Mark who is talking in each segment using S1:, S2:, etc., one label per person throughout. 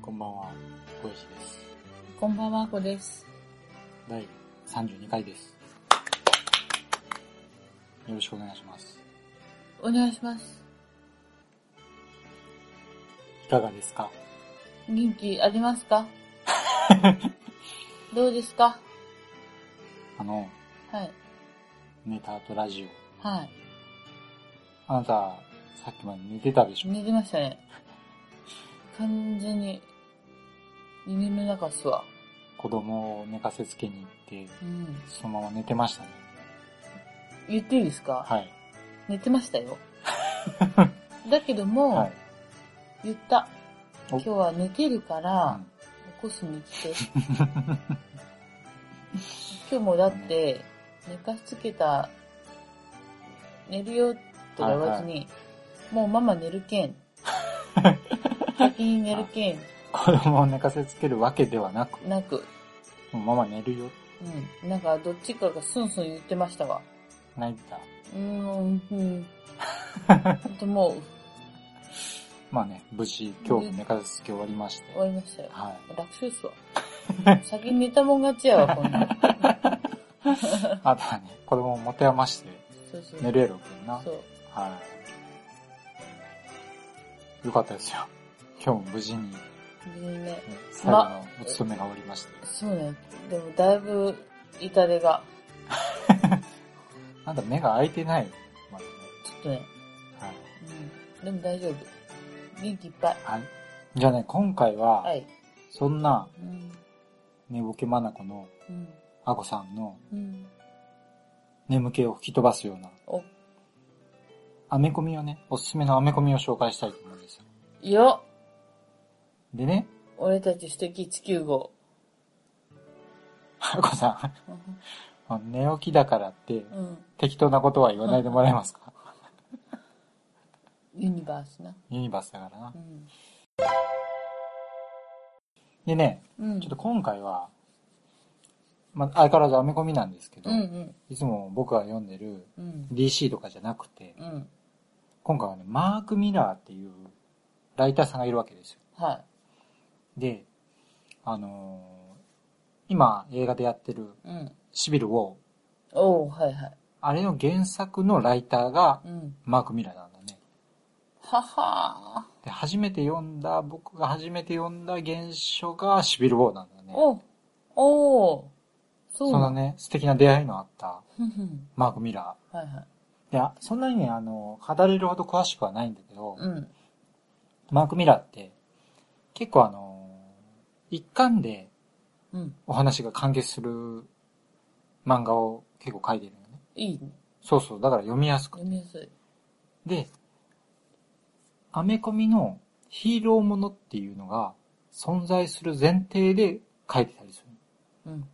S1: こんばんは、小石です。
S2: こんばんはあこです
S1: 第32回です。よろしくお願いします。
S2: お願いします
S1: いかがですか
S2: 元気あります かどうですか
S1: あの、
S2: はい
S1: ネタとラジオ。
S2: はい
S1: あなた、さっきまで寝てたでしょ
S2: 寝てましたね完全に夢の中っすわ
S1: 子供を寝かせつけに行って、
S2: うん
S1: そのまま寝てましたね。
S2: 言っていいですか
S1: はい。
S2: 寝てました よ。だけども、
S1: はい。
S2: 言った。
S1: お
S2: 今日は寝てるから、起こしに来て。 今日もだって、寝かしつけた、寝るよと言わずに、もうママ寝るけん。先に寝るけん、
S1: 子供を寝かせつけるわけではなく、
S2: なく。
S1: もうママ寝るよ。
S2: うん。なんか、どっちかがスンスン言ってましたわ。
S1: 泣いた。
S2: うーん、 うん。ほんともう、
S1: まあね、無事、今日も寝かせつけ終わりまして
S2: 終。わりましたよ。
S1: はい。
S2: 楽勝っすわ。 先に寝たもん勝ちやわ、こんなん。
S1: あとはね、子供を持て余して
S2: そうそう。
S1: 寝るやろうけんな。
S2: そう。
S1: はい。よかったですよ。今日も無事に、ね、
S2: 無事にね。
S1: 最後のお勤めが終わりまして。
S2: そうね。でもだいぶ、痛手が。
S1: あんた目が開いてないよ。まだね。
S2: ちょっとね。
S1: はい。
S2: うん。でも大丈夫。元気いっぱい。
S1: はい。じゃあね、今回は、
S2: はい。
S1: そんな
S2: うん。
S1: 寝ぼけまなこの
S2: うん。
S1: あこさんの
S2: うん。
S1: 眠気を吹き飛ばすような、
S2: お、
S1: アメコミをね、おすすめのアメコミを紹介したいと思うんですよ。
S2: よ
S1: でね、
S2: 俺たち素敵195。
S1: あこさん あの、寝起きだからって、
S2: うん。
S1: 適当なことは言わないでもらえますか
S2: ユニバースな。
S1: ユニバースだからな
S2: う。ん。
S1: でね、
S2: うん。
S1: ちょっと今回は、まあ、相変わらずアメコミなんですけど、
S2: うんうん。
S1: いつも僕が読んでる
S2: うん。
S1: DC とかじゃなくて、
S2: うん。
S1: 今回はね、マーク・ミラーっていうライターさんがいるわけですよ。
S2: は
S1: で、あのー今映画でやってる
S2: い。うん。
S1: シビル・ウォー、
S2: おう、はいはい。
S1: あれの原作のライターが
S2: うん。
S1: マーク・ミラーなんだね。
S2: はは
S1: で、初めて読んだ、僕が初めて読んだ原書がシビル・ウォーなんだね
S2: ー。。おおうそ
S1: そうの
S2: ん
S1: ね、素敵な出会いのあった
S2: ふんふん。
S1: マーク・ミラ ー。
S2: はいはい。
S1: で、あそんなにね、あの、語れるほど詳しくはないんだけど、
S2: うん。
S1: マーク・ミラーって、結構あの、一巻で
S2: うん。
S1: お話が完結する漫画を結構書いてるのね。
S2: いいね。
S1: そうそう、だから読みやすくて。
S2: 読みやすい。
S1: で、アメコミのヒーローものっていうのが存在する前提で書いてたりする。
S2: うん。
S1: ど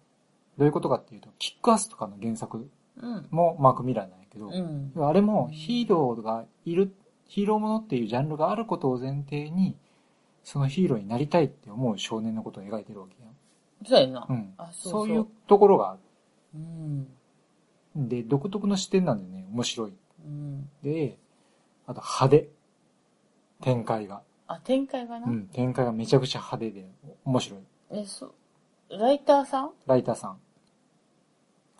S1: ういうことかっていうと、キックアスとかの原作
S2: うん。
S1: もマーク・ミラーなんやけど、
S2: うん。
S1: あれもヒーローがいる、ヒーローものっていうジャンルがあることを前提に、そのヒーローになりたいって思う少年のことを描いてるわけよ。
S2: そうやな。
S1: うん。
S2: あ、そう
S1: そ
S2: そうう。
S1: いうところがある。
S2: うん。
S1: で、独特の視点なんでね、面白い。
S2: うん。
S1: で、あと派手。展開が。
S2: あ、展開がな
S1: う。ん、展開がめちゃくちゃ派手で、面白い。
S2: え、そう。ライターさん
S1: ライターさん。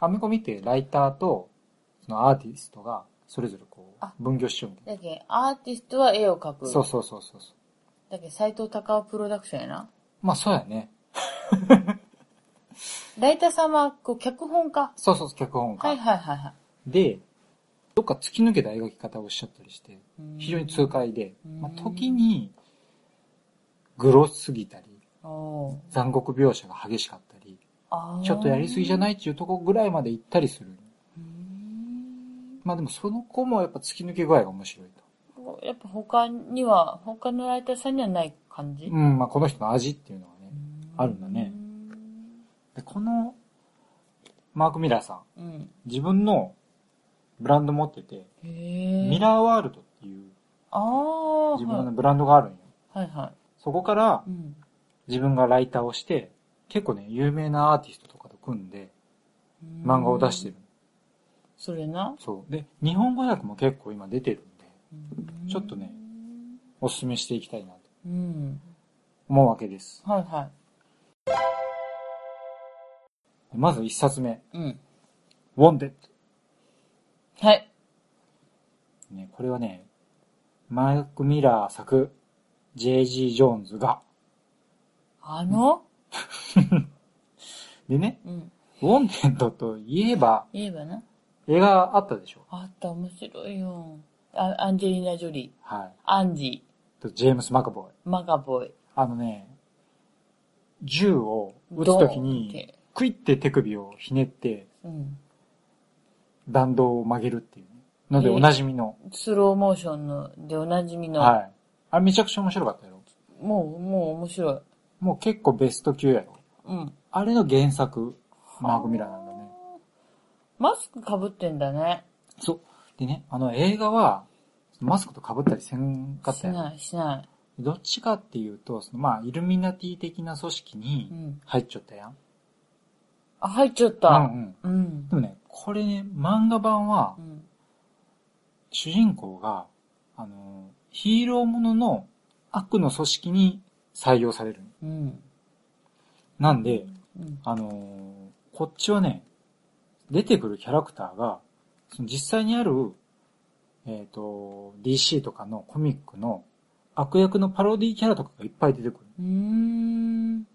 S1: アメコミってライターと、そのアーティストが、それぞれこ
S2: あ
S1: う、分業しようみたい
S2: だけんアーティストは絵を描く。
S1: な。そうそうそうそうそう。
S2: だけん斎藤隆夫プロダクションやな。
S1: まあそうやね。
S2: ライターさんは、こう、脚本家。
S1: そうそうそう、脚本家。
S2: はいはいはいは
S1: で、どっか突き抜けた描き方をおっしゃったりして、
S2: い。うん
S1: 非常に痛。快で、
S2: うん
S1: まあ、時に、グロすぎたり、
S2: おー
S1: 残酷描写が激しかったり、
S2: あー
S1: ちょっとやりすぎじゃないっていうとこぐらいまで行ったりする。
S2: うん
S1: まあでもその子もやっぱ突き抜け具合が面白いと。
S2: うほやっぱ他には、他のライターさんにはない感じ、
S1: うん、まあこの人の味っていうのはね、あるんだね。で、この、マーク・ミラーさん、
S2: うん。
S1: 自分のブランド持ってて、
S2: へ
S1: ミ
S2: え。
S1: ラーワールドっていう
S2: ああ、
S1: 自分の
S2: は
S1: ブランドがあるんよ。
S2: い、はいは
S1: そこから
S2: い。うん。
S1: 自分がライターをして、結構ね、有名なアーティストとかと組んで漫画を出して
S2: る。
S1: る。
S2: それな。
S1: そう。で、日本語訳も結構今出てるんで、ちょっとね。おすすめしていきたいなと
S2: うん。
S1: 思うわけです。
S2: はいは
S1: まず一冊目、
S2: い。うん。
S1: ウォンデッ
S2: はい。
S1: ド。ね、これはね、マーク・ミラー作、J.G. ジョーンズが。
S2: あの、
S1: でね、
S2: うん。
S1: ウォンデッドといえば、
S2: 言えばな。
S1: 映画あったでしょ
S2: あった、面白いよ。あアンジェリーナ・ジョリー。
S1: は
S2: アンジ
S1: い。と、ジェームス・マカボーイ。
S2: ー。マガボーイ。
S1: あのね、銃を撃つとき
S2: ドーンっ
S1: に
S2: て、
S1: クイって手首をひねって、
S2: うん。
S1: 弾道を曲げるっていうねので、
S2: えー
S1: おなじみの。
S2: スローモーションの、でおなじみの。
S1: はい。あれめちゃくちゃ面白かったやろ。
S2: もう、もう面白い。
S1: もう結構ベスト級やろ。
S2: うん。
S1: あれの原作、マーク・ミラーなんだね。
S2: マスク被ってんだね。
S1: そう。でね、あの映画は、マスクと被ったりせんかっ
S2: した
S1: やろ。
S2: ない、しな
S1: どっちかっていうと、そのまあ、イルミナティ的な組織
S2: い。う
S1: に
S2: ん。
S1: 入っちゃったやん。
S2: あ、入っちゃっ
S1: う
S2: た。
S1: んうん。
S2: うん
S1: で。もね、これね、漫画版は
S2: う、ん。
S1: 主人公が、あの、ヒーローものの悪の組織に採用される。
S2: うん。
S1: なんで、
S2: うん。
S1: あの、こっちはね、出てくるキャラクターが、その実際にある、えっ、と、DC とかのコミックの悪役のパロディキャラとかがいっぱい出てくる。
S2: うーん。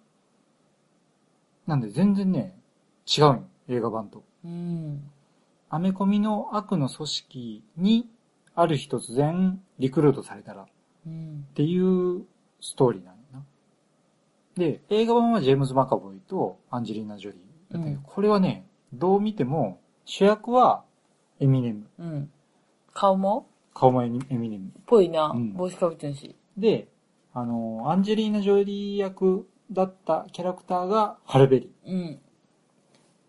S1: なんで全然ね、違うんよ。映画版と。
S2: うん。
S1: アメコミの悪の組織に、ある日突然、リクルートされたら、
S2: うん
S1: っ。ていうストーリーなんだな。で、映画版はジェームズ・マカボイとアンジェリーナ・ジョリーだったけど、
S2: うん
S1: これはね、どう見ても主役はエミネム。
S2: うん。顔も
S1: 顔もエミエミネム。
S2: ぽいな
S1: う。ん
S2: 帽子かぶってるし。
S1: で、あの、アンジェリーナ・ジョリー役だったキャラクターがハルベリ
S2: うん。
S1: ー。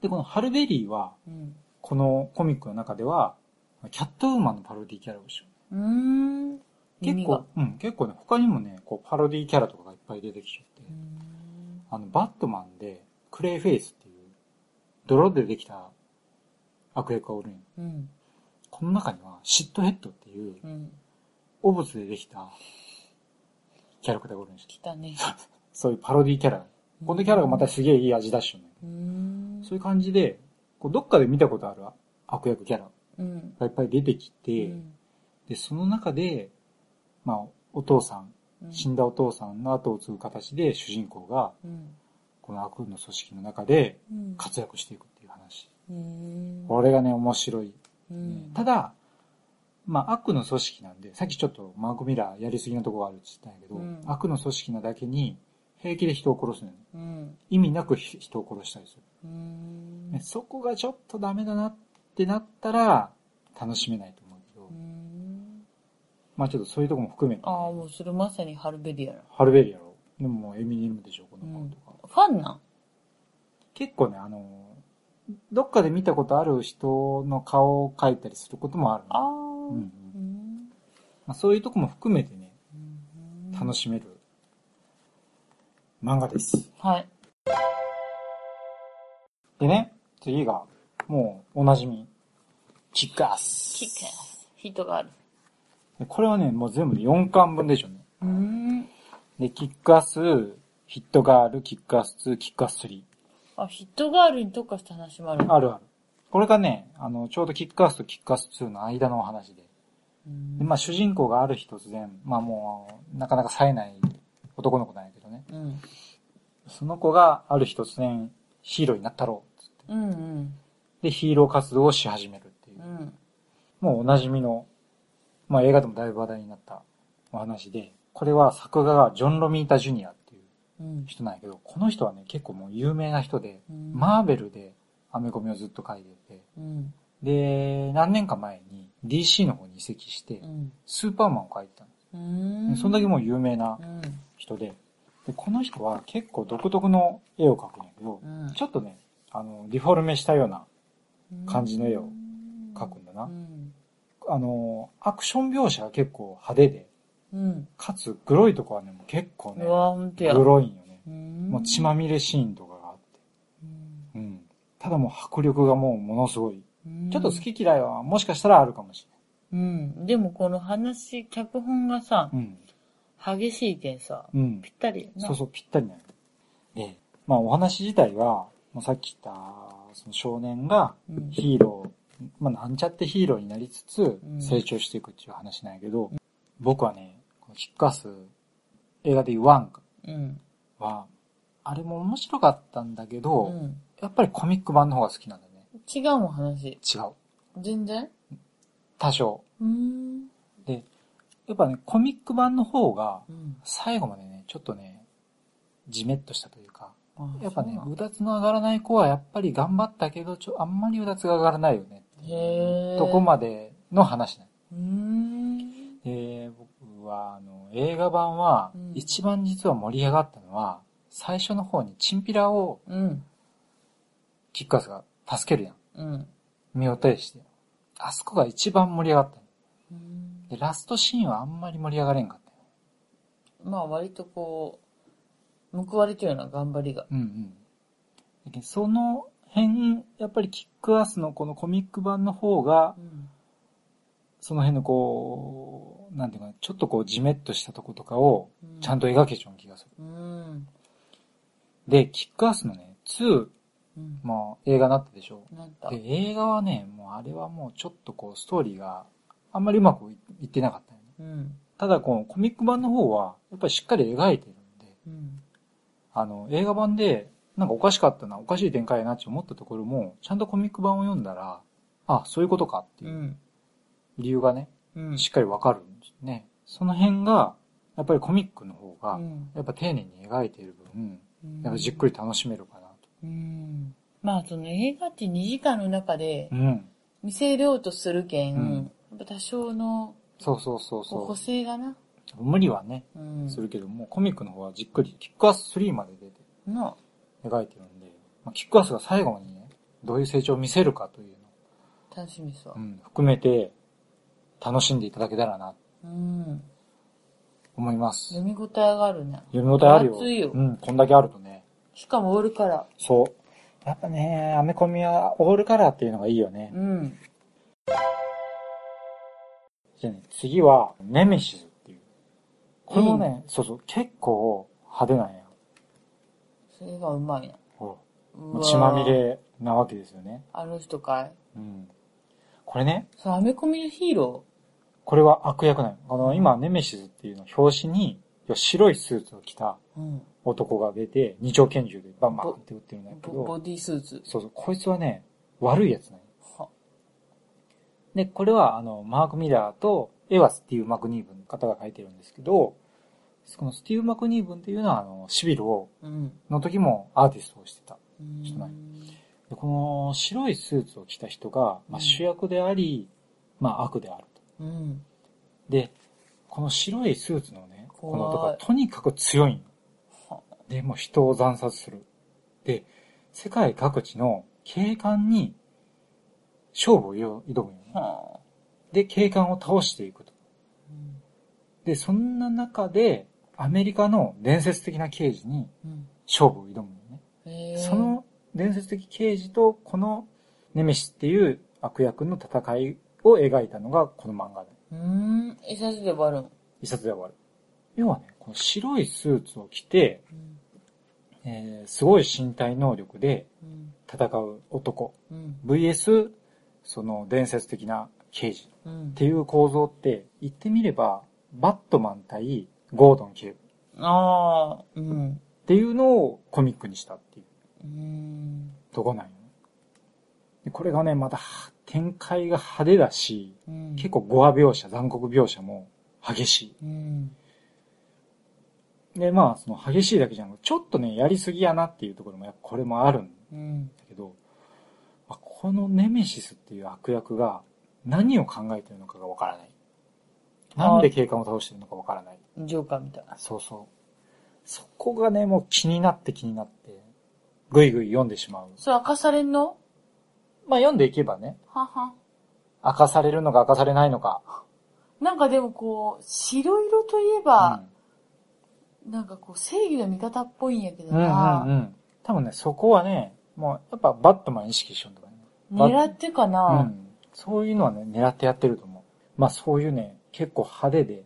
S1: で、このハルベリーは、
S2: うん。
S1: このコミックの中では、キャットウーマンのパロディキャラをしよ
S2: うーん。
S1: う。結
S2: 耳が
S1: 構。、うん、結構ね、他にもね、こう、パロディキャラとかがいっぱい出てきちゃって。
S2: うーん
S1: あの、バットマンで、クレイフェイスっていう、泥でできた悪役がおるんよ
S2: うん。
S1: この中には、シットヘッドっていう
S2: う、ん。
S1: 汚物でできたキャラクターがおるんです
S2: 来たね。
S1: そういうパロディキャラ。 このキャラがまたすげえいい味出しちゃうんだけ
S2: うーん
S1: ど。。そういう感じで、こうどっかで見たことある悪役キャラ
S2: うん。
S1: がいっぱい出てき
S2: う
S1: て、
S2: ん
S1: で、その中で、まあ、お父さん、
S2: うん
S1: 死んだお父さんの後を継ぐ形で主人公が、
S2: うん。
S1: この悪の組織の中で
S2: うん。
S1: 活躍していくっていう話。
S2: うーん
S1: これがね、面白い。
S2: うん
S1: ただ、まあ、悪の組織なんで、さっきちょっとマーク・ミラーやりすぎなとこがあるって言ったんやけど、
S2: うん
S1: 悪の組織なだけに平気で人を殺すのよね。
S2: うん。
S1: 意味なくひ人を殺したりする、
S2: うーん
S1: ねそこがちょっとダメだなってなったら、楽しめないと思うけど、
S2: うーん
S1: まあちょっとそういうとこも含めて、
S2: ああ、もうそれまさにハルベリアな。
S1: ハルベリーやろ。でももうエミネムでしょ、この子とか。
S2: ファンなん
S1: 結構ね、あの、どっかで見たことある人の顔を描いたりすることもあるの
S2: ああ。
S1: うんうん
S2: うん
S1: まあ、そういうとこも含めてね、楽しめる漫画です。
S2: はい。
S1: でね、次が、もうおなじみ、キックア
S2: キ
S1: ス。
S2: ックヒートがある。
S1: でこれはね、もう全部で4巻分でしょうね。
S2: うーん。
S1: で、キックアス、ヒットガール、キックアス2、キックアス3。
S2: あ、ヒットガールに特化した話もある。
S1: あるある。これがね、あの、ちょうどキックアスとキックアス2の間のお話で。
S2: うーん
S1: で、まあ主人公がある日突然、まあもう、なかなか冴えない男の子なんやけどね。
S2: うん。
S1: その子がある日突然ヒーローになったろうっつって。
S2: うんうん。
S1: で、ヒーロー活動をし始めるっていうう。
S2: ん。
S1: もうおなじみの、まあ映画でもだいぶ話題になったお話で、これは作画がジョン・ロミータ・ジュニアっていう
S2: うん。
S1: 人なんやけど、この人はね、結構もう有名な人で、
S2: うん
S1: マーベルでアメコミをずっと書いてて、
S2: うん。
S1: で、何年か前に DC の方に移籍して
S2: う、ん。
S1: スーパーマンを描いてたの。
S2: う
S1: で
S2: ん。
S1: そんだけもう有名な
S2: うん。
S1: 人でで、この人は結構独特の絵を描くんやけど
S2: う、ん。
S1: ちょっとね、あの、リフォルメしたような感じの絵を描くんだ
S2: う
S1: な。
S2: ん。
S1: あの、アクション描写が結構派手で、
S2: うん。
S1: かつ、グロいとこはね、もう結構ね
S2: う、わ、ほんとや。
S1: グロいんよね。
S2: うん。
S1: もう血まみれシーンとかがあっ
S2: うん。
S1: て。うん。ただもう迫力がもうものすごい。
S2: うん
S1: ちょっと好。き嫌いはもしかしたらあるかもし
S2: うん。でもこの話、脚本がさ、
S1: れない。うん。
S2: 激しいけんさ、
S1: うん
S2: ぴ。ったりやな。
S1: そうそう、ぴったりなの。で、まあお話自体は、もうさっき言った、その少年が
S2: うん
S1: ヒーロー、まあなんちゃってヒーローになりつつ
S2: うん
S1: 成長していくっていう話なんやけど、僕はね、このキックアス、映画で言うワン
S2: うん。
S1: は、あれも面白かったんだけど、
S2: うん。
S1: やっぱりコミック版の方が好きなんだね。
S2: 違うもん話。
S1: 違う。
S2: 全然
S1: 多少。
S2: うん。
S1: やっぱね、コミック版の方が、
S2: うん。
S1: 最後までね、ちょっとね、じめっとしたというか、
S2: あ
S1: やっぱね、
S2: そう
S1: うだつの上がらない子はやっぱり頑張ったけど、ちょ、あんまりうだつが上がらないよね。
S2: なんへー。
S1: どこまでの話なの。
S2: うーん。
S1: で、僕は、あの、映画版は
S2: うん、
S1: 一番実は盛り上がったのは、最初の方にチンピラを
S2: うん。
S1: キックアスが助けるやん。
S2: うん。
S1: 身を挺して。あそこが一番盛り上がったの。
S2: うん
S1: で、ラストシーンはあんまり盛り上がれんかったよ。
S2: まあ割とこう、報われてるような頑張りが。
S1: うんうん。だけどその辺、やっぱりキックアスのこのコミック版の方が
S2: う、ん。
S1: その辺のこう、なんていうかな、ちょっとこうじめっとしたとことかを、ちゃん
S2: と。
S1: と描けちゃう気がす
S2: う
S1: る。
S2: ん。
S1: で、キックアスのね、2、
S2: うん。
S1: まあ映画になったでしょ。
S2: なんか
S1: で、映画はね、もうあれはもうちょっとこうストーリーがあんまりうまくいってなかったよね。
S2: うん。
S1: ただこのコミック版の方は、やっぱりしっかり描いてるんで、
S2: うん。
S1: あの、映画版で、なんかおかしかったな、おかしい展開やなって思ったところも、ちゃんとコミック版を読んだら、あ、そういうことかって
S2: う。
S1: いうん理由がね、
S2: うん。
S1: しっかりわかるんですね。その辺が、やっぱりコミックの方が、やっぱ丁寧に描いている分、やっぱじっく
S2: り。
S1: り楽しめるかなと。
S2: うん。まあその映画って2時間の中で
S1: うん。
S2: 見せようとするけん、
S1: うん
S2: やっぱ多少の
S1: そうそうそう
S2: こう
S1: そ
S2: 個性がな。
S1: う。無理はね、
S2: うん。
S1: するけども、コミックの方はじっくり、キックアス3まで出て
S2: の、
S1: 描いてるんで、まあ、キックアスが最後にね、どういう成長を見せるかというの、
S2: 楽しみそう
S1: う。ん、含めて、楽しんでいただけたらな、
S2: うん。
S1: 思います。
S2: 読み応えがあるね。
S1: 読み応えあるよ。
S2: 分厚いよ
S1: うん、こんだけあるとね。
S2: しかもオールカラ
S1: そう。やっぱね、アメコミはオールカラーっていうのがいいよね
S2: ー。。うん。
S1: じゃあね、次は、ネメシスっていう。これもね、そうそう、結構派手なんや。
S2: それがうまいな。
S1: ほ
S2: う
S1: ら、
S2: わ
S1: もう
S2: ー
S1: 血まみ。れなわけですよね。
S2: あの人かい
S1: うん。これね、
S2: そう、アメコミのヒーロ
S1: これは悪役なんよあの、今、ネメシスっていうの表紙に、白いスーツを着た
S2: ー。うん。
S1: 男が出て、二丁拳銃でバンバンって撃ってるんだけ
S2: ボボ
S1: ど、
S2: ディースーツ。
S1: そうそう、こいつはね、悪いやつなんよ
S2: は。
S1: で、これは、あの、マーク・ミラーと、エワス・ティーブ・マクニーブンの方が書いてるんですけど、このスティーブ・マクニーブンっていうのは、あの、シビルを、
S2: うん。
S1: の時もアーティストをしてた。
S2: うん
S1: ちょっと前でこの白いスーツを着た人が、ま
S2: うん
S1: あ、主役であり、まあ悪であると。
S2: うん。
S1: で、この白いスーツのね、こ
S2: 怖い
S1: の男はとにかく強いの
S2: は
S1: で、もう人を惨殺する。で、世界各地の警官に勝負を挑むよね。
S2: は
S1: で、警官を倒していくと。
S2: うん
S1: で、そんな中で、アメリカの伝説的な刑事に
S2: うん。
S1: 勝負を挑むよね。
S2: へー
S1: そ、の伝説的刑事とこのネメシスっていう悪役の戦いを描いたのがこの漫画で。
S2: うん。一冊で終わるん。
S1: 一冊で終わる。要はね、この白いスーツを着て、
S2: うん。
S1: えーすごい身体能力で
S2: うん。
S1: 戦う男。
S2: うん。
S1: VS、その伝説的な刑事っ
S2: うん。
S1: ていう構造って、言ってみれば、バットマン対ゴードン警部っ
S2: ああ。うん。
S1: ていうのをコミックにしたっていう
S2: うん。
S1: とこなんよね。でこれがね、または展開が派手だし、
S2: うん
S1: 結。構ゴア描写、残酷描写も激し
S2: うん。
S1: い。で、まあ、その激しいだけじゃなくちょっとね、やりすぎやなっていうところも、やっぱこれもあるんだ
S2: うん。
S1: けど、まあこのネメシスっていう悪役が、何を考えてるのかがわからない。なんで警官を倒してるのかわからない。
S2: ジョーカーみたいな。
S1: そうそう。そこがね、もう気になって気になって、ぐいぐい読んでしまう。
S2: それ明かされんの
S1: まあ読んでいけばね、
S2: はは。
S1: 明かされるのか明かされないのか。
S2: なんかでもこう、白色といえ
S1: う
S2: ば
S1: ん、
S2: なんかこう、正義の味方っぽいんやけど
S1: うんうんう
S2: な。
S1: ん。多分ね、そこはね、もうやっぱバットマン意識しようんだからね。うん
S2: 狙ってか
S1: う
S2: な。
S1: ん。そういうのはね、狙ってやってると思う。まあそういうね、結構派手で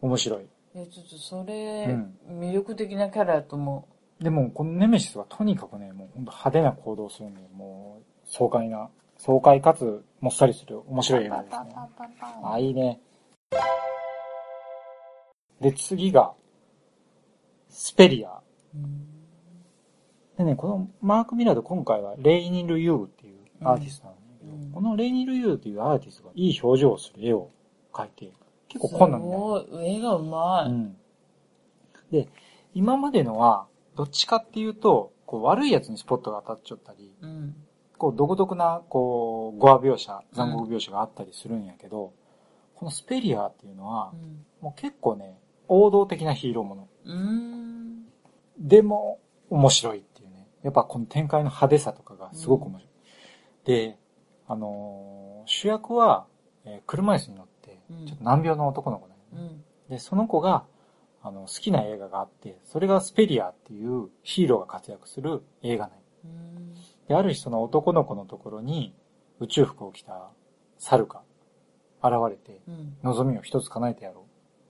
S1: 面白い。
S2: いや、ちょっとそれ
S1: うん、
S2: 魅力的なキャラやと思
S1: でもこのネメシスはとにかくね、もうほんと派手な行動をするんで、もう爽快な、爽快かつもっさりする面
S2: う。
S1: 白い映画です
S2: パン
S1: ね
S2: パ。ンパンパンパン
S1: あ、いいね。で、次が、スペリア。
S2: うん
S1: でね、このマーク・ミラード今回はレイニル・ユーっていうアーティストなんだけど、
S2: うんうん
S1: このレイニル・ユーっていうアーティストがいい表情をする絵を描いて、結構困難
S2: す
S1: だよね
S2: ごい、絵がうま
S1: う
S2: い。
S1: ん。で、今までのは、どっちかっていうと、こう悪いやつにスポットが当たっちゃったり、
S2: うん。
S1: こう独特な、こう、ゴア描写、残酷描写があったりするんやけど、このスペリアっていうのは
S2: う、ん
S1: もう結構ね、王道的なヒーローもの。
S2: うん。
S1: でも、面白いっていうね。やっぱこの展開の派手さとかがすごく面白い。で、あのー主役は、えー車椅子に乗って
S2: うん、
S1: ちょっと難病の男の子だよね。
S2: うん。
S1: で、その子が、あの、好きな映画があって、それがスペリアっていうヒーローが活躍する映画内。
S2: うん
S1: で、ある日その男の子のところに、宇宙服を着た猿が現れて、
S2: うん。
S1: 望みを一つ叶えてやろ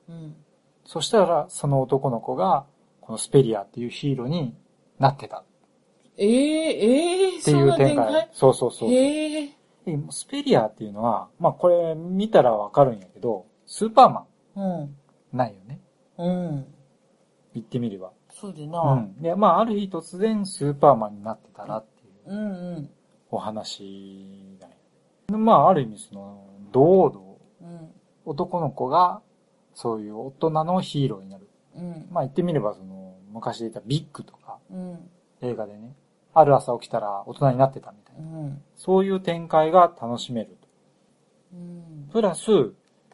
S1: う。
S2: うん。
S1: そしたら、その男の子が、このスペリアっていうヒーローになってたっ
S2: ええええ
S1: て
S2: そ
S1: い
S2: ん
S1: う
S2: な
S1: 展
S2: 展
S1: 開
S2: 開。
S1: そうそうそう。
S2: へえ。
S1: でもスペリアっていうのは、まあこれ見たらわかるんやけど、スーパーマ
S2: うん。
S1: ンないよね。
S2: うん。
S1: 言ってみれば。
S2: そうで
S1: う
S2: な。
S1: ん。で、まあ、ある日突然スーパーマンになってたらってい
S2: う
S1: う
S2: んうん。
S1: お話だね。でまあ、ある意味その、堂々、
S2: うん。
S1: 男の子が、そういう大人のヒーローになる。
S2: うん。
S1: まあ、言ってみればその、昔で言ったビッグとか、
S2: うん。
S1: 映画でね、ある朝起きたら大人になってたみたいうな。
S2: ん。
S1: そういう展開が楽しめると。
S2: うん。
S1: プラス、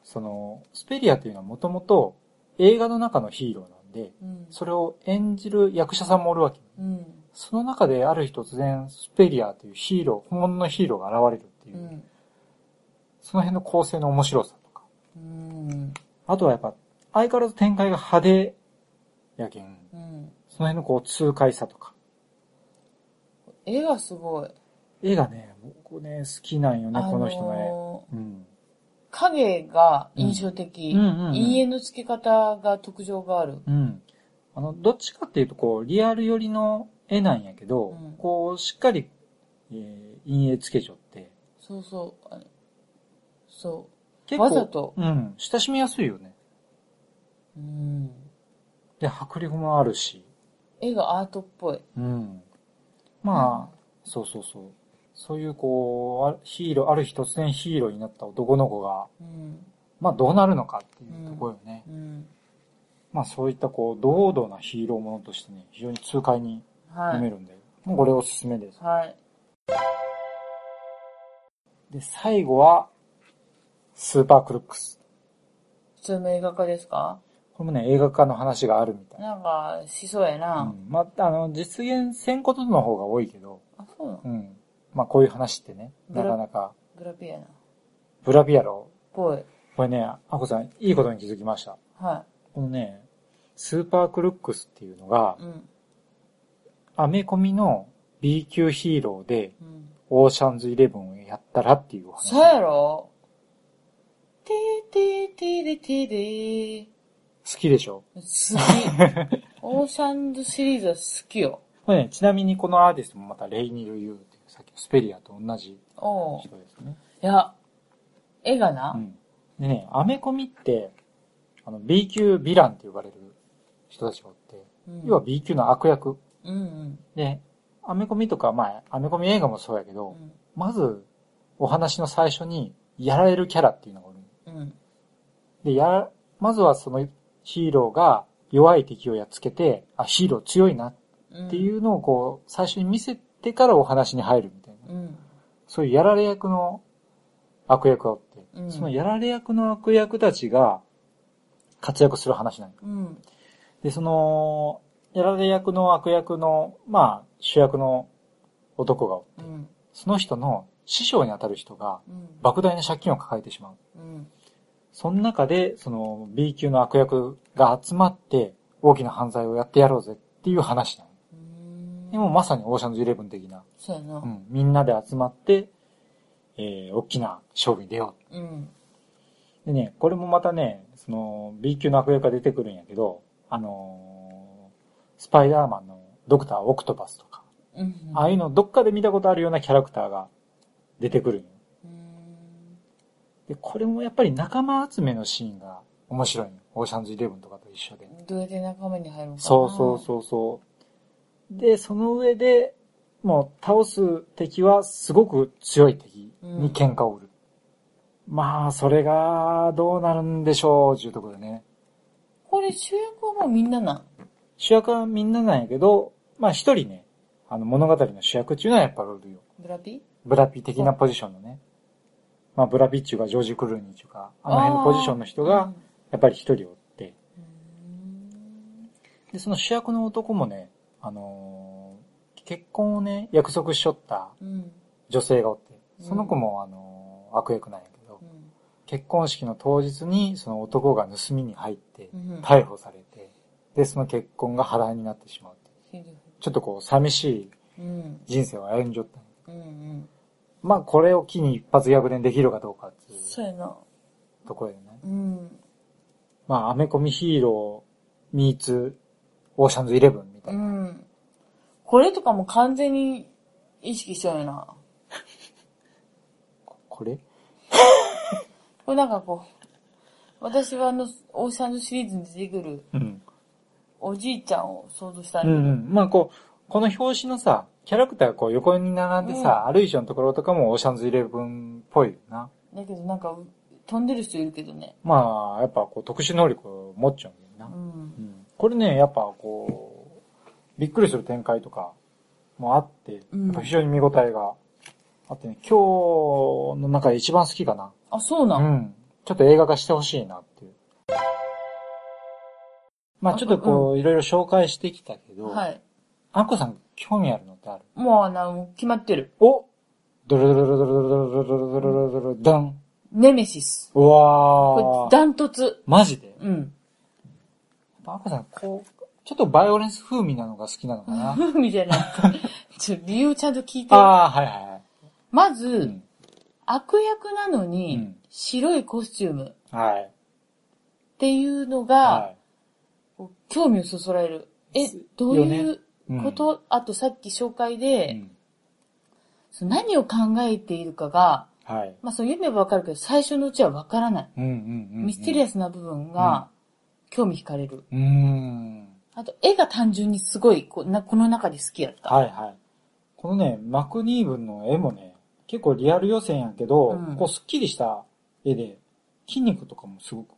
S1: その、スペリアっていうのはもともと映画の中のヒーローなんで、
S2: うん。
S1: それを演じる役者さんもおるわけ。
S2: うん。
S1: その中である日突然、スペリアというヒーロー、本物のヒーローが現れるっていうう、
S2: ん。
S1: その辺の構成の面白さとか。
S2: うん。
S1: あとはやっぱ、相変わらず展開が派手やけん、
S2: うん。
S1: その辺のこう痛快さとか。
S2: 絵がすごい。
S1: 絵がね、僕ね、好きなんよね、この人の絵。
S2: の
S1: うん。
S2: ー影が印象的。
S1: うんうんうん
S2: 陰影の付け方が特徴がある。
S1: うん。あの、どっちかっていうと、こう、リアル寄りの絵なんやけど、
S2: うん
S1: こう、しっかり、えー、陰影つけちゃって、
S2: そうそうあの。そ
S1: 結
S2: わざと
S1: うん、親しみやすいよね。
S2: う。うん。
S1: で、迫力もあるし。
S2: 絵がアートっぽい。
S1: うん。まあ、そうそうそう。そういうこう、あヒーロー、ある日突然ヒーローになった男の子が、
S2: うん。
S1: まあどうなるのかっていうところよね。
S2: うん。
S1: まあそういったこう、堂々なヒーローものとしてね、非常に痛快に
S2: は
S1: 読め
S2: い。
S1: るんで、もうこれおすすめです。
S2: はい。
S1: で、最後は、スーパークルックス。
S2: 普通の映画化ですか
S1: これもね、映画化の話があるみたい。
S2: なんか、しそうや
S1: う
S2: な。
S1: ん。まあ、あの、実現せんことの方が多いけど、
S2: あ、そうなの
S1: うん。まあこういう話ってね、なかなか、
S2: グラビアな。
S1: ブラビアロ。
S2: ぽい。
S1: これね、あこさん、いいことに気づきました。
S2: は
S1: このね、スーパークルックスっていうのが
S2: い。う、ん。
S1: アメコミの B 級ヒーローで、
S2: うん。
S1: オーシャンズイレブンをやったらっていうお
S2: そう
S1: 話。
S2: やろてーてーてーれてーれ
S1: 好きでしょ
S2: ー。 好き。オーシャンズシリーズは好きよ。
S1: これね、ちなみにこのアーティストもまたレイニル・ユーっていう、さっきのスペリアと同じ
S2: おう
S1: 人ですね。
S2: いや、絵が
S1: う
S2: な。
S1: ん。でね、アメコミって、あの、B 級ヴィランって呼ばれる人たちがおって、
S2: うん
S1: 要は B 級の悪役。
S2: うんうん。
S1: で、アメコミとか、まあ、アメコミ映画もそうやけ
S2: う
S1: ど、
S2: ん。
S1: まず、お話の最初に、やられるキャラっていうのがおる。
S2: うん。
S1: で、やら、まずはそのヒーローが弱い敵をやっつけて、あ、ヒーロー強いな
S2: うん。
S1: っていうのをこう、最初に見せてからお話に入るみたいな。
S2: うん。
S1: そういうやられ役の悪役がおって、
S2: うん
S1: そのやられ役の悪役たちが活躍する話なんよ
S2: うん。
S1: で、その、やられ役の悪役の、まあ、主役の男がおって、
S2: うん。
S1: その人の師匠にあたる人が、
S2: うん。
S1: 莫大な借金を抱えてしまう。
S2: うん。
S1: その中で、その B 級の悪役が集まって、大きな犯罪をやってやろうぜっていう話なの。
S2: うん。
S1: でもまさにオーシャンズイレブン的な、
S2: そうや
S1: う
S2: な。
S1: ん、みんなで集まって、えー、大きな勝負に出よ
S2: うん。
S1: う。でね、これもまたね、その B 級の悪役が出てくるんやけど、あのースパイダーマンのドクターオクトパスとか、
S2: うん。
S1: ああいうのどっかで見たことあるようなキャラクターが出てくるんよ。
S2: うん。
S1: で、これもやっぱり仲間集めのシーンが面白いの。オーシャンズイレブンとかと一緒で。
S2: どうやって仲間に入るのかな
S1: そうそうそうそう。で、その上で、もう倒す敵はすごく強い敵に喧嘩を売る。まあ、それがどうなるんでしょう、というところでね。
S2: これ主役はもうみんななん。
S1: 主役はみんななんやけど、まあ一人ね、あの物語の主役っていうのはやっぱロルよ。
S2: ブラピ
S1: ブラピ的なポジションのね。まあブラピっちゅうかジョージ・クルーニーっちゅうか、あの辺のポジションの人が、やっぱり一人おって。
S2: うん
S1: で、その主役の男もね、あのー結婚をね、約束しちょった
S2: うん。
S1: 女性がおって、
S2: うん
S1: その子も、あの、悪役なんやけど
S2: う、ん。
S1: 結婚式の当日にその男が盗みに入って
S2: う、ん。
S1: 逮捕されて、で、その結婚が破談になってしまうっていう。
S2: ひどい
S1: ちょっとこう、寂しい
S2: うん。
S1: 人生を歩んじゃったんや
S2: うんうん。
S1: まあ、これを機に一発逆転できるかどうかってい
S2: そううやな。
S1: ところでね。
S2: うん。
S1: まあ、アメコミヒーロー、ミーツ、オーシャンズイレブンみた
S2: う
S1: いな。
S2: ん。これとかも完全に意識しちゃうよな。
S1: これ
S2: これなんかこう、私はあの、オーシャンズシリーズに出てくる
S1: うん。
S2: おじいちゃんを想像した
S1: う
S2: い。
S1: んうん。まあ、こう、この表紙のさ、キャラクターがこう横に並んでさ、歩いちゃうところとかもオーシャンズイレブンっぽいよな。
S2: だけどなんか、飛んでる人いるけどね。
S1: まあ、やっぱこう特殊能力を持っちゃうんだ
S2: う
S1: よな。
S2: ん。
S1: うんこれね、やっぱこう、びっくりする展開とかもあって、や
S2: うん
S1: っぱ非常に見応えがあってね、今日の中で一番好きかな。
S2: あ、そうな。
S1: うんん。ちょっと映画化してほしいなっていう。まあちょっとこう、いろいろ紹介してきたけど、
S2: はい。
S1: あんこさん興味あるのってある
S2: もうあの、決まってる。
S1: おドロドロドロドロドロドロドロドロドロダン。
S2: ネメシス。
S1: うわ
S2: これ、
S1: ー。
S2: ダントツ。
S1: マジで
S2: うん。
S1: バカさん、こう、ちょっとバイオレンス風味なのが好きなのかな
S2: みたいな。ちょ、理由ちゃんと聞いて。
S1: ああ、はいはいはい。
S2: まず、
S1: ん
S2: 悪役なのに、
S1: うん
S2: 白いコスチュームっ
S1: はい。
S2: ていうのが、
S1: は
S2: こう興味をそそられる。え
S1: す、
S2: どういう
S1: ね
S2: こと、あとさっき紹介
S1: い。う
S2: で、
S1: ん
S2: その何を考えているかが、
S1: はい。
S2: まあその読めばわかるけど、最初のうちはわからない。
S1: うんうんうん。
S2: ミステリアスな部分が、興味惹かれる。
S1: うーん。
S2: あと、絵が単純にすごい、こうなこの中で好きやった。
S1: はいはい。このね、マクニーブンの絵もね、結構リアル予選やけど、
S2: うん
S1: こうスッキリした絵で、筋肉とかもすごく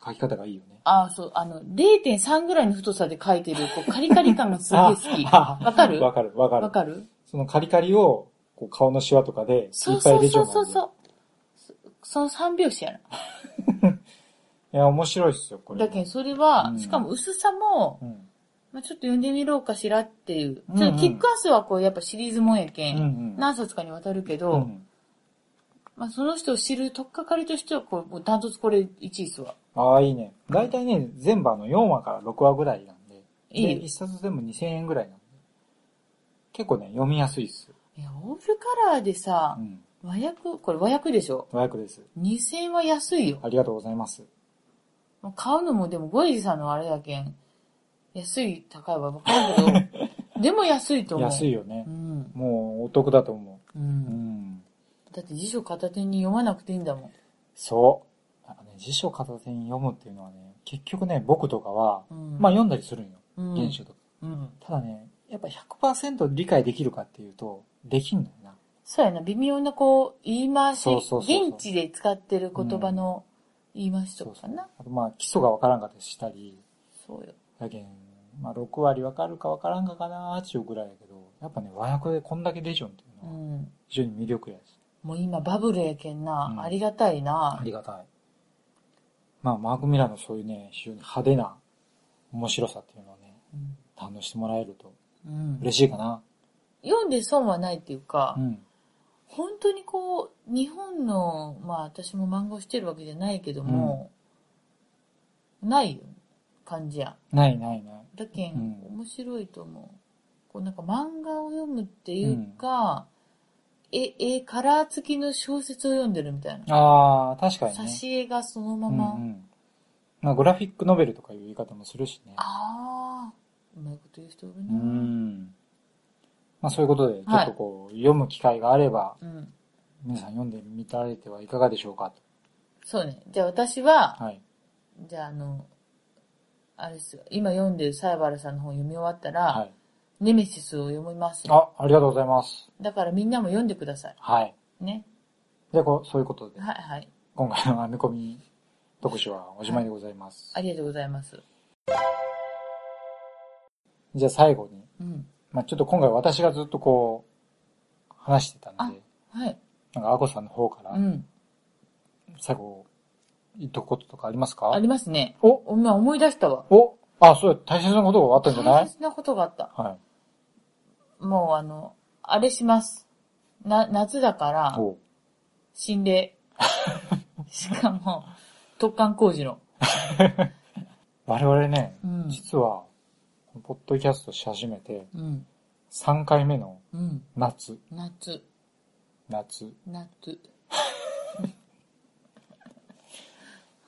S1: 描き方がいいよね。
S2: ああ、そう、あの、0.3ぐらいの太さで描いてる、こう、カリカリ感がすげえ好き。
S1: あ
S2: わかる
S1: わかるわか
S2: わ
S1: る。
S2: かる
S1: そのカリカリを、こう顔のシワとかで、いっ
S2: そう
S1: ぱい
S2: そ
S1: 入
S2: う
S1: れちゃ
S2: そううそう
S1: もんね
S2: そう。そその3拍子や
S1: いや、面白いっすよ、こ
S2: な。
S1: れ。
S2: だけど、それ
S1: う
S2: は
S1: ん、
S2: しかも薄さも、
S1: うん。
S2: まあ、ちょっと読んでみろうかしらっていう
S1: うん
S2: ち
S1: う。ん
S2: ょっとキックアスはこう、やっぱシリーズもんやけ、
S1: うんんうん。
S2: 何冊かにわたるけど、
S1: うん
S2: まあ、その人を知るとっかかりとしては、こう、もうダントツこれ1位っすわ。
S1: ああ、いいね。だいたいね、全部あの4話から6話ぐらいなんで。
S2: いい
S1: で、1冊全部2000円ぐらいなんで。結構ね、読みやすいっす。
S2: いや、オールカラーでさ
S1: う、ん。
S2: 和訳、これ和訳でしょ
S1: 和訳です。
S2: ?2000 円は安いよ。
S1: ありがとうございます。
S2: もう買うのもでもゴイジさんのあれやけん、安い、高いは分かるけ ど、でも安いと思う。
S1: 安いよね
S2: う。ん。
S1: もうお得だと思
S2: う。
S1: う。うんん。
S2: だって辞書片手に読まなくていいんだもん。
S1: そう。なんかね、辞書片手に読むっていうのはね、結局ね、僕とかは、
S2: うん
S1: まあ読んだりするんよ。
S2: うん
S1: 原書とか。
S2: うん。
S1: ただね、やっぱ100%理解できるかっていうと、できんのよな。
S2: そうやな、微妙なこう、言い回し、
S1: そうそうそうそう
S2: 現地で使ってる言葉の言い回しとかかな。
S1: あとまあ基礎がわからんかったりしたり、
S2: そうよ。
S1: だけん、まあ、6割わかるかわからんかかなーっちゅうぐらいやけど、やっぱね、和訳でこんだけ出ちゃうんってい
S2: う
S1: うのは、
S2: ん。
S1: 非常に魅力やし。
S2: もう今バブルやけんな。
S1: うん
S2: ありがたいな
S1: あ。りがたい。まあ、マーク・ミラーのそういうね、非常に派手な面白さっていうのをね、
S2: うん
S1: 堪能してもらえると
S2: うん
S1: 嬉しいかな。
S2: 読んで損はないっていうか、
S1: うん。
S2: 本当にこう、日本の、まあ私も漫画をしてるわけじゃないけども、ないよ感じや。
S1: ないないない。
S2: だけん、
S1: うん
S2: 面白いと思う。こうなんか漫画を読むっていうか、え、え、カラー付きの小説を読んでるみたいな。
S1: ああ、確かにね。
S2: 挿絵がそのま
S1: うんう
S2: ま。
S1: ん。まあ、グラフィックノベルとかいう言い方もするしね。
S2: ああ、うまいこと言う人おる
S1: う
S2: な。
S1: ん。まあ、そういうことで、ちょ
S2: はい
S1: っとこう、読む機会があれば、
S2: うん。
S1: 皆さん読んでみられてはいかがでしょうかと。
S2: そうね。じゃあ私は、
S1: はい。
S2: じゃああの、あれですよ。今読んでるサイバルさんの本読み終わったら、
S1: はい。
S2: ネメシスを読みます。
S1: あ、ありがとうございます。
S2: だからみんなも読んでくださ
S1: はい。
S2: い。ね。
S1: で、こう、そういうことで、
S2: はいはい。
S1: 今回の編み込み特集はおしまいでございます。
S2: ありがとうございます。
S1: じゃあ最後に、
S2: うん。
S1: まあちょっと今回私がずっとこう、話してたんで、
S2: はい。
S1: なんかアコさんの方から
S2: う、ん。
S1: 最後、言っとくこととかありますか、
S2: ありますね。
S1: お
S2: お前思い出したわ。
S1: おあ、そうや、大切なことがあったんじゃな
S2: 大
S1: い
S2: 切なことがあった。
S1: は
S2: もうあの、あれします。な、夏だか
S1: い。
S2: ら、
S1: お
S2: 心霊。しかも、突貫工事の。
S1: 我々ね、
S2: うん。
S1: 実は、ポッドキャストし始めて、
S2: うん。
S1: 3回目の
S2: うん。
S1: 夏、
S2: 夏。
S1: 夏。
S2: 夏。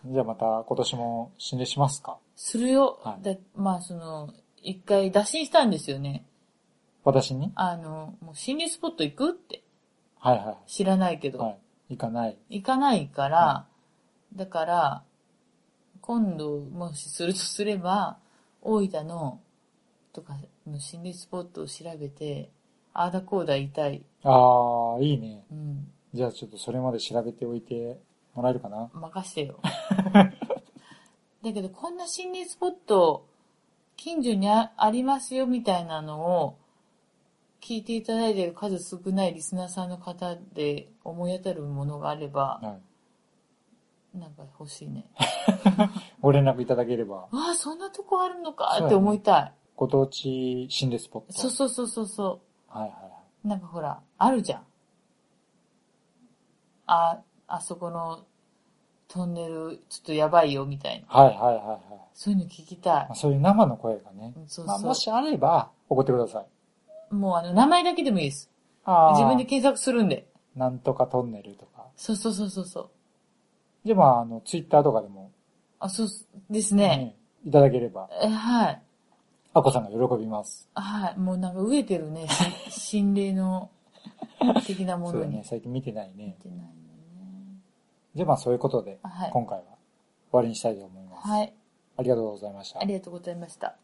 S1: じゃあまた今年も心霊しますか
S2: するよ。
S1: はい
S2: だまあその、一回打診したんですよね。
S1: 私に
S2: あの、もう心霊スポット行くって。
S1: はいは
S2: 知らないけ
S1: い。
S2: ど。
S1: はい。行かない。
S2: 行かないから、
S1: は
S2: だから、今度、もしするとすれば、大分の、とかの心理スポットを調べて、ああだこうだ言いたい。
S1: あー、いいね。
S2: うん。
S1: じゃあちょっとそれまで調べておいてもらえるかな
S2: 任してよ。だけど、こんな心理スポット、近所にあありますよ、みたいなのを、聞いていただいている数少ないリスナーさんの方で思い当たるものがあれば、
S1: はい。
S2: なんか欲しいね。
S1: ご連絡いただければ、
S2: わあ、そんなとこあるのかって思いたい。
S1: ご当地心霊スポット。
S2: そうそうそうそうそ
S1: はいはいはい。
S2: う。なんかほら、あるじゃん。あ、あそこのトンネルちょっとやばいよみたいな。
S1: はいはいはいはい。
S2: そういうの聞きた
S1: まあ、そういう生の声がね
S2: い。。うんそう
S1: まあ、も
S2: そ
S1: しあれば、送ってください。
S2: う。もうあの、名前だけでもいいです。
S1: あ
S2: 自分で検索するんで。
S1: なんとかトンネルとか。
S2: そうそうそうそうそう。
S1: じゃあまあ、あの、ツイッターとかでも、
S2: あ、そうですね。
S1: うんいただければ、
S2: えはい。
S1: アコさんが喜びます。
S2: はい。もうなんか飢えてるね。 し心霊の的なも
S1: そう
S2: の
S1: だ
S2: に。
S1: ね、最近見てないね
S2: 見。てないのね。
S1: じゃあまあ、そういうことで、
S2: あはい。
S1: 今回は終わりにしたいと思います。
S2: はい。
S1: ありがとうございました
S2: あ。りがとうございました。